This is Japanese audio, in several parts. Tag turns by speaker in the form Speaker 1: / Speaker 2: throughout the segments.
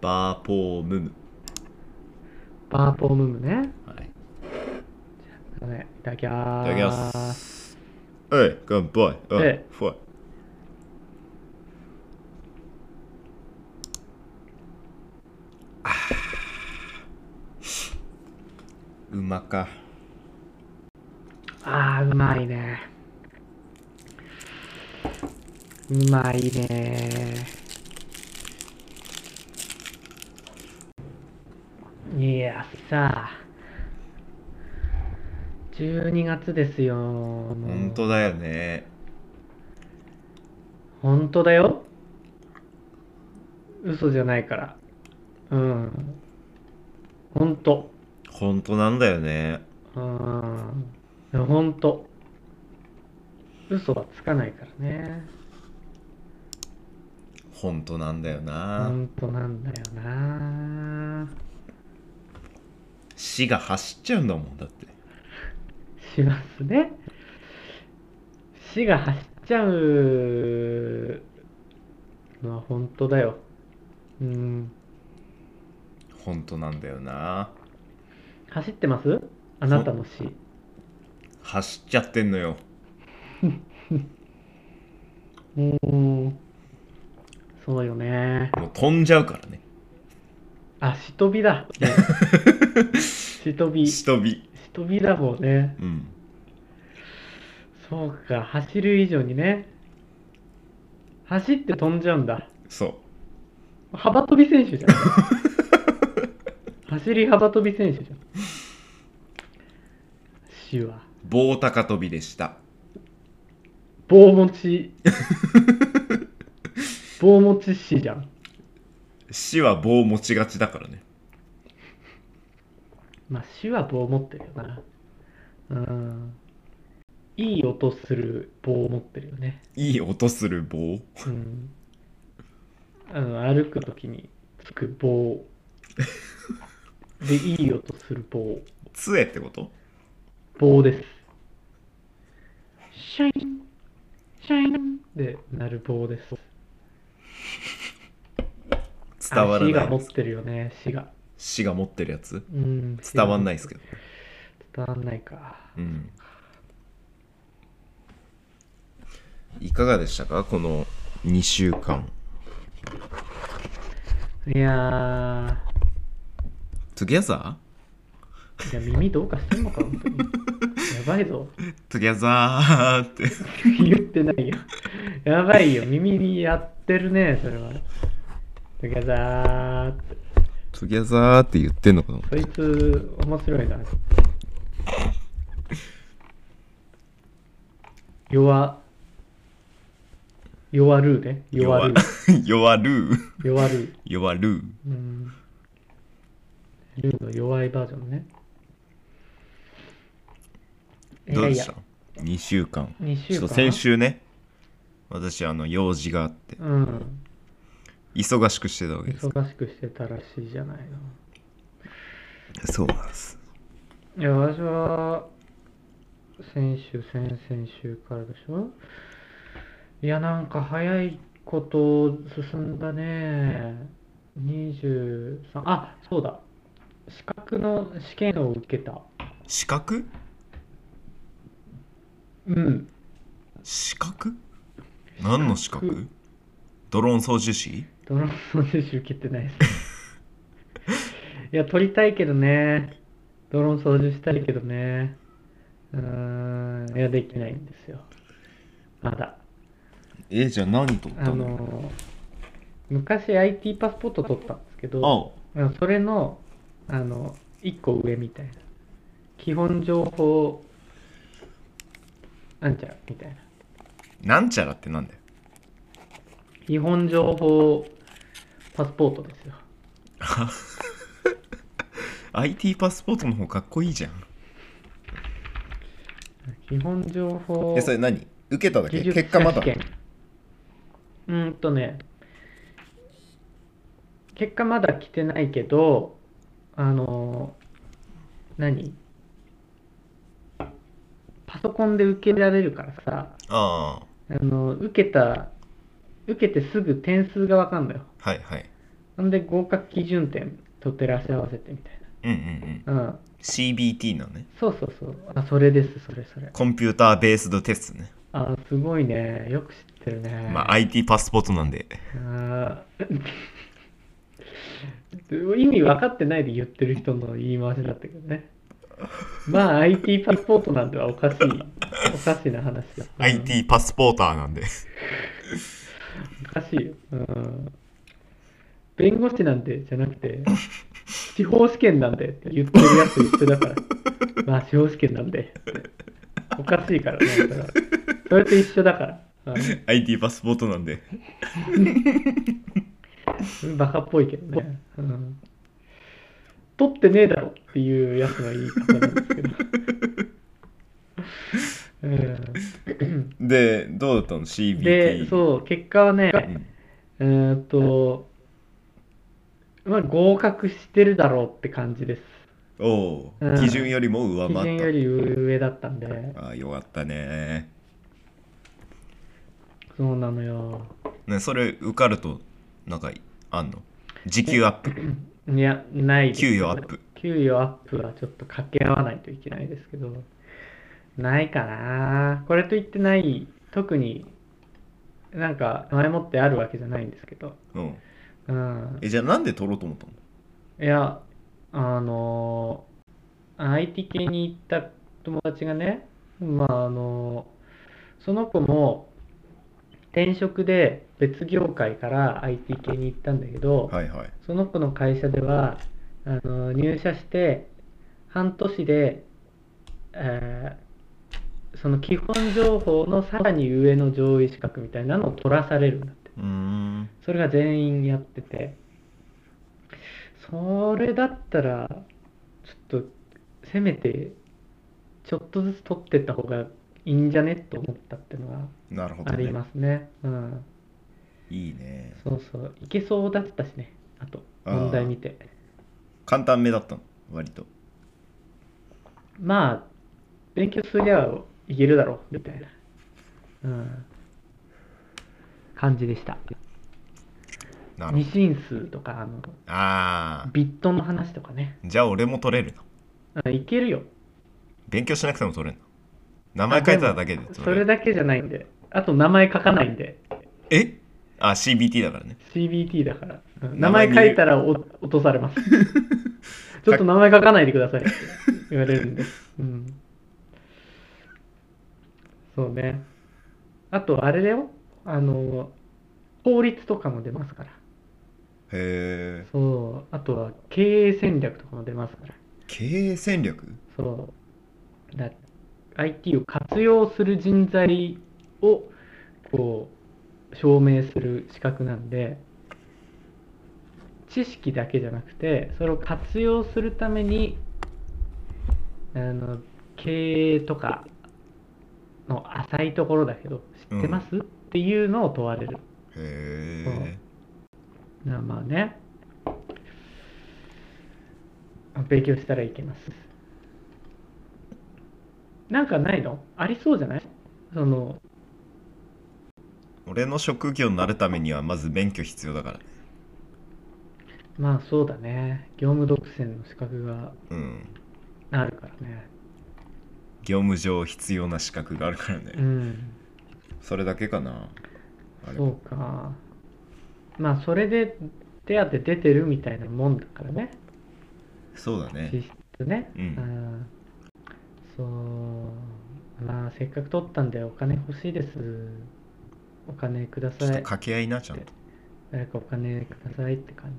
Speaker 1: バーポームム。
Speaker 2: バーポームムね。
Speaker 1: はい。
Speaker 2: だねいただきま
Speaker 1: い
Speaker 2: す。
Speaker 1: ただきます。はい、乾杯。あ
Speaker 2: ええ
Speaker 1: ふわあーうまか。
Speaker 2: ああ、うまいね。うまいね。いや、さ12月ですよ。
Speaker 1: ほ
Speaker 2: 本
Speaker 1: んとだよね。
Speaker 2: 本当だよ。嘘じゃないから。うん。本当。
Speaker 1: ほんとなんだよね。
Speaker 2: うん。本当。嘘はつかないからね。
Speaker 1: ほんとなんだよな。
Speaker 2: 本当なんだよな。
Speaker 1: 死が走っちゃうんだもん、だって。
Speaker 2: しますね。死が走っちゃうのは本当だよ。うん。
Speaker 1: ほんとなんだよな。
Speaker 2: 走ってますあなたの死。
Speaker 1: 走っちゃってんのよ。
Speaker 2: うん。そうよね。
Speaker 1: もう飛んじゃうからね。
Speaker 2: あ、しとびだ。しとび。し
Speaker 1: 死飛び。
Speaker 2: とびだもんね。
Speaker 1: うん。
Speaker 2: そうか、走る以上にね。走って飛んじゃうんだ。
Speaker 1: そ
Speaker 2: 幅跳び選手じゃん。走り幅跳び選手じゃん。死は。
Speaker 1: う。棒高跳びでした。
Speaker 2: 棒持ち。棒持ち死じゃん。
Speaker 1: 死は棒持ちがちだからね。
Speaker 2: まあ死は棒持ってるよな。うん。いい音する棒を持ってるよね。
Speaker 1: いい音する棒
Speaker 2: うん。あの、歩くときにつく 棒。で、いい音する棒。
Speaker 1: 杖ってこと
Speaker 2: 棒です。シャイン、シャインで鳴る棒です。
Speaker 1: 伝わら
Speaker 2: あ死が
Speaker 1: な
Speaker 2: 持っ
Speaker 1: い。
Speaker 2: てるよね、死が。
Speaker 1: 死が持ってるやつ
Speaker 2: うん、
Speaker 1: 伝わんないですけ
Speaker 2: ど。
Speaker 1: ど。
Speaker 2: 伝わんないか。
Speaker 1: うん。いかがでしたかこの2週間。
Speaker 2: いや
Speaker 1: Together?
Speaker 2: ー、いや耳どうかしてんのか、本 当に。やばいぞ。
Speaker 1: Together って。
Speaker 2: 言ってないよ。やばいよ、耳にやってるね、それは。だけどさーって
Speaker 1: Together って言ってんのかな
Speaker 2: そいつ、面白いな。弱、弱るね。弱る。
Speaker 1: 弱る。
Speaker 2: 弱る。
Speaker 1: 弱る。
Speaker 2: うん。ルーの弱いバージョンね。
Speaker 1: どうでし
Speaker 2: い
Speaker 1: た
Speaker 2: やい
Speaker 1: ?2 週間。
Speaker 2: や、2週
Speaker 1: ちょ
Speaker 2: 間
Speaker 1: っと先。週ね、私、あの、用事があって、
Speaker 2: うん。
Speaker 1: 忙しくしてたわけです。
Speaker 2: 忙しくしてたらしいじゃないの。
Speaker 1: そうなんです。
Speaker 2: いや、私は、先週、先々週からでしょいや、なんか早いこと進んだね。23、あ、そうだ。資格の試験を受けた。
Speaker 1: 資格
Speaker 2: うん。
Speaker 1: 資格何の資格ドローン操縦士
Speaker 2: ドローン操縦士受けてない です。いや、取りたいけどね。ドローン操縦したいけどね。うーん、いや、できないんですよ。まだ。
Speaker 1: え、じゃあ何取っ
Speaker 2: あ
Speaker 1: たの
Speaker 2: の昔 IT パスポート取ったんですけど、
Speaker 1: あ
Speaker 2: あそれの、あの、一個上みたいな。基本情報、なんちゃら、みたい
Speaker 1: な
Speaker 2: な。
Speaker 1: んちゃらってなんだよ。
Speaker 2: 基本情報パスポートですよ。
Speaker 1: IT パスポートの方かっこいいじゃん。
Speaker 2: 基本情報
Speaker 1: え、それ何受けただけ
Speaker 2: 技術
Speaker 1: 結果ま
Speaker 2: 者
Speaker 1: だ
Speaker 2: 試。験。うーんとね、結果まだ来てないけど、あの、何パソコンで受けられるからさ、
Speaker 1: ああ、
Speaker 2: あの、受けた、受けてすぐ点数がわかんのよ。
Speaker 1: はいはい。
Speaker 2: んで合格基準点と照らし合わせてみたい
Speaker 1: うんうんうん
Speaker 2: な。うん。
Speaker 1: CBT のね
Speaker 2: そうそうそう。あ、それです、それそれ。
Speaker 1: コンピューターベースドテストね、
Speaker 2: あ、すごいね。よく知ってるね。
Speaker 1: まあ、IT パスポートなんで
Speaker 2: あー 意味分かってないで言ってる人の言い回しだったけどね。まあ IT パスポートなんてはおかしい、おかしな話だ。うん
Speaker 1: IT パスポーターなんで
Speaker 2: おかしいよ。うん。弁護士なんてじゃなくて、司法試験なんでって言ってるやつ一緒だから。まあ司法試験なんでって。おかしいからね。それはそれと一緒だから。うん
Speaker 1: IT パスポートなんで
Speaker 2: バカっぽいけどね。うん、取ってねえだろっていうやつの言い方なんですけど。うん
Speaker 1: でどうだったの CBT
Speaker 2: で、そう、結果はね、
Speaker 1: ん
Speaker 2: うーんと、まあ、合格してるだろうって感じです。
Speaker 1: おおう、
Speaker 2: うん
Speaker 1: 基準よりも上
Speaker 2: 基準
Speaker 1: 回っ
Speaker 2: より上だったんで、
Speaker 1: たああよかったね
Speaker 2: そうなのよ。
Speaker 1: ねそれ受かるとなんかあんの時給アップ
Speaker 2: いや、ないです
Speaker 1: 給与アップ
Speaker 2: 給与アップはちょっと掛け合わないといけないですけど、ないかな。これといってない、特になんか前もってあるわけじゃないんですけど、
Speaker 1: うん
Speaker 2: うん。
Speaker 1: えじゃあなんで取ろうと思ったの
Speaker 2: いや、あの、IT 系に行った友達がね、まあ、あの、その子も転職で別業界から IT 系に行ったんだけど、
Speaker 1: はいはい
Speaker 2: その子の会社ではあの入社して半年で、えーその基本情報のさらに上の上位資格みたいなのを取らされるんだって
Speaker 1: うーん
Speaker 2: それが全員やっててそれだったらちょっとせめてちょっとずつ取ってった方がいいんじゃねと思ったっていうのが
Speaker 1: なるほど、
Speaker 2: あ
Speaker 1: ね、
Speaker 2: りますね。うん、
Speaker 1: いいね
Speaker 2: そうそういけそうだったしねあと
Speaker 1: あー
Speaker 2: 問題見て。
Speaker 1: 簡単めだったの割と
Speaker 2: まあ、勉強すりゃいけるだろう、みたいな、うん、感じでした。
Speaker 1: なる
Speaker 2: 二
Speaker 1: ほ
Speaker 2: 進数とか、あの、
Speaker 1: どあ
Speaker 2: ビットの話とかね。
Speaker 1: ーじゃあ俺も取れるな
Speaker 2: あいけるよ。
Speaker 1: 勉強しなくても取れるな名前書いてただけで
Speaker 2: そ
Speaker 1: 取れ
Speaker 2: れ
Speaker 1: る
Speaker 2: だけじゃないんで。あと、名前書かないんで。
Speaker 1: えあ CBT だからね
Speaker 2: CBT だから。うん
Speaker 1: 名
Speaker 2: 名
Speaker 1: 前
Speaker 2: 前書いたらお落とされ ます。ちょっと名前書かないでくださいって言われるんで。うん。そうね。あと、あれだよ。あの、法律とかも出ますから。
Speaker 1: へえ
Speaker 2: そう、あとは経営戦略とかも出ますから、
Speaker 1: 経営戦略
Speaker 2: そう、だ IT を活用する人材をこう証明する資格なんで、知識だけじゃなくて、それを活用するために、あの経営とかの浅いところだけど、知ってます、っていうのを問われる。
Speaker 1: へえ
Speaker 2: なまあね勉強したらいけますなんかないのありそうじゃないその
Speaker 1: 俺の職業になるためにはまず免許必要だから
Speaker 2: まあそうだね業務独占の資格が
Speaker 1: うん
Speaker 2: あるからね
Speaker 1: 業務上必要な資格があるからね、
Speaker 2: うん
Speaker 1: それだけかなあれ
Speaker 2: そうかまあそれで手当て出てるみたいなもんだからね
Speaker 1: そうだね
Speaker 2: 実質ね
Speaker 1: うん
Speaker 2: んそうまあせっかく取ったんでお金欲しいですお金くだ
Speaker 1: ちょっと
Speaker 2: さい
Speaker 1: 掛け合いなちゃんと
Speaker 2: 誰かお金くださいって感じ。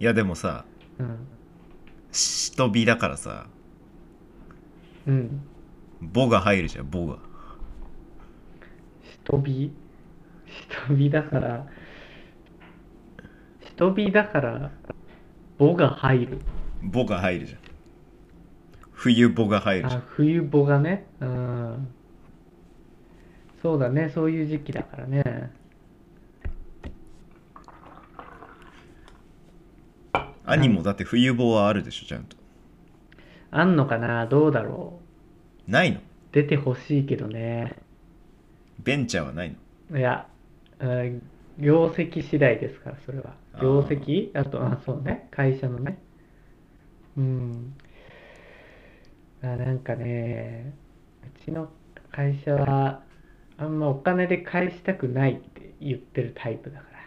Speaker 1: いやでもさ
Speaker 2: うん。
Speaker 1: 人びだからさ
Speaker 2: うん。
Speaker 1: 「ぼ」が入るじゃん「ぼ」が
Speaker 2: 人火人火だから、人火だから、棒が入る。
Speaker 1: 「ぼ」が入るじゃん冬「ぼ」が入るじゃ
Speaker 2: あ
Speaker 1: ん、
Speaker 2: 冬棒がね。うん。そうだね、そういう時期だからね。
Speaker 1: 兄もだって冬「ぼ」はあるでしょちゃんと
Speaker 2: あんのかなどうだろ
Speaker 1: ないの
Speaker 2: う。出てほしいけどね。
Speaker 1: ベンチャーはないの
Speaker 2: いや、うん業績次第ですから、それは。
Speaker 1: あー
Speaker 2: 業績あと、あ、そうね、会社のね。うん。あ、なんかね、うちの会社は、あんまお金で返したくないって言ってるタイプだから。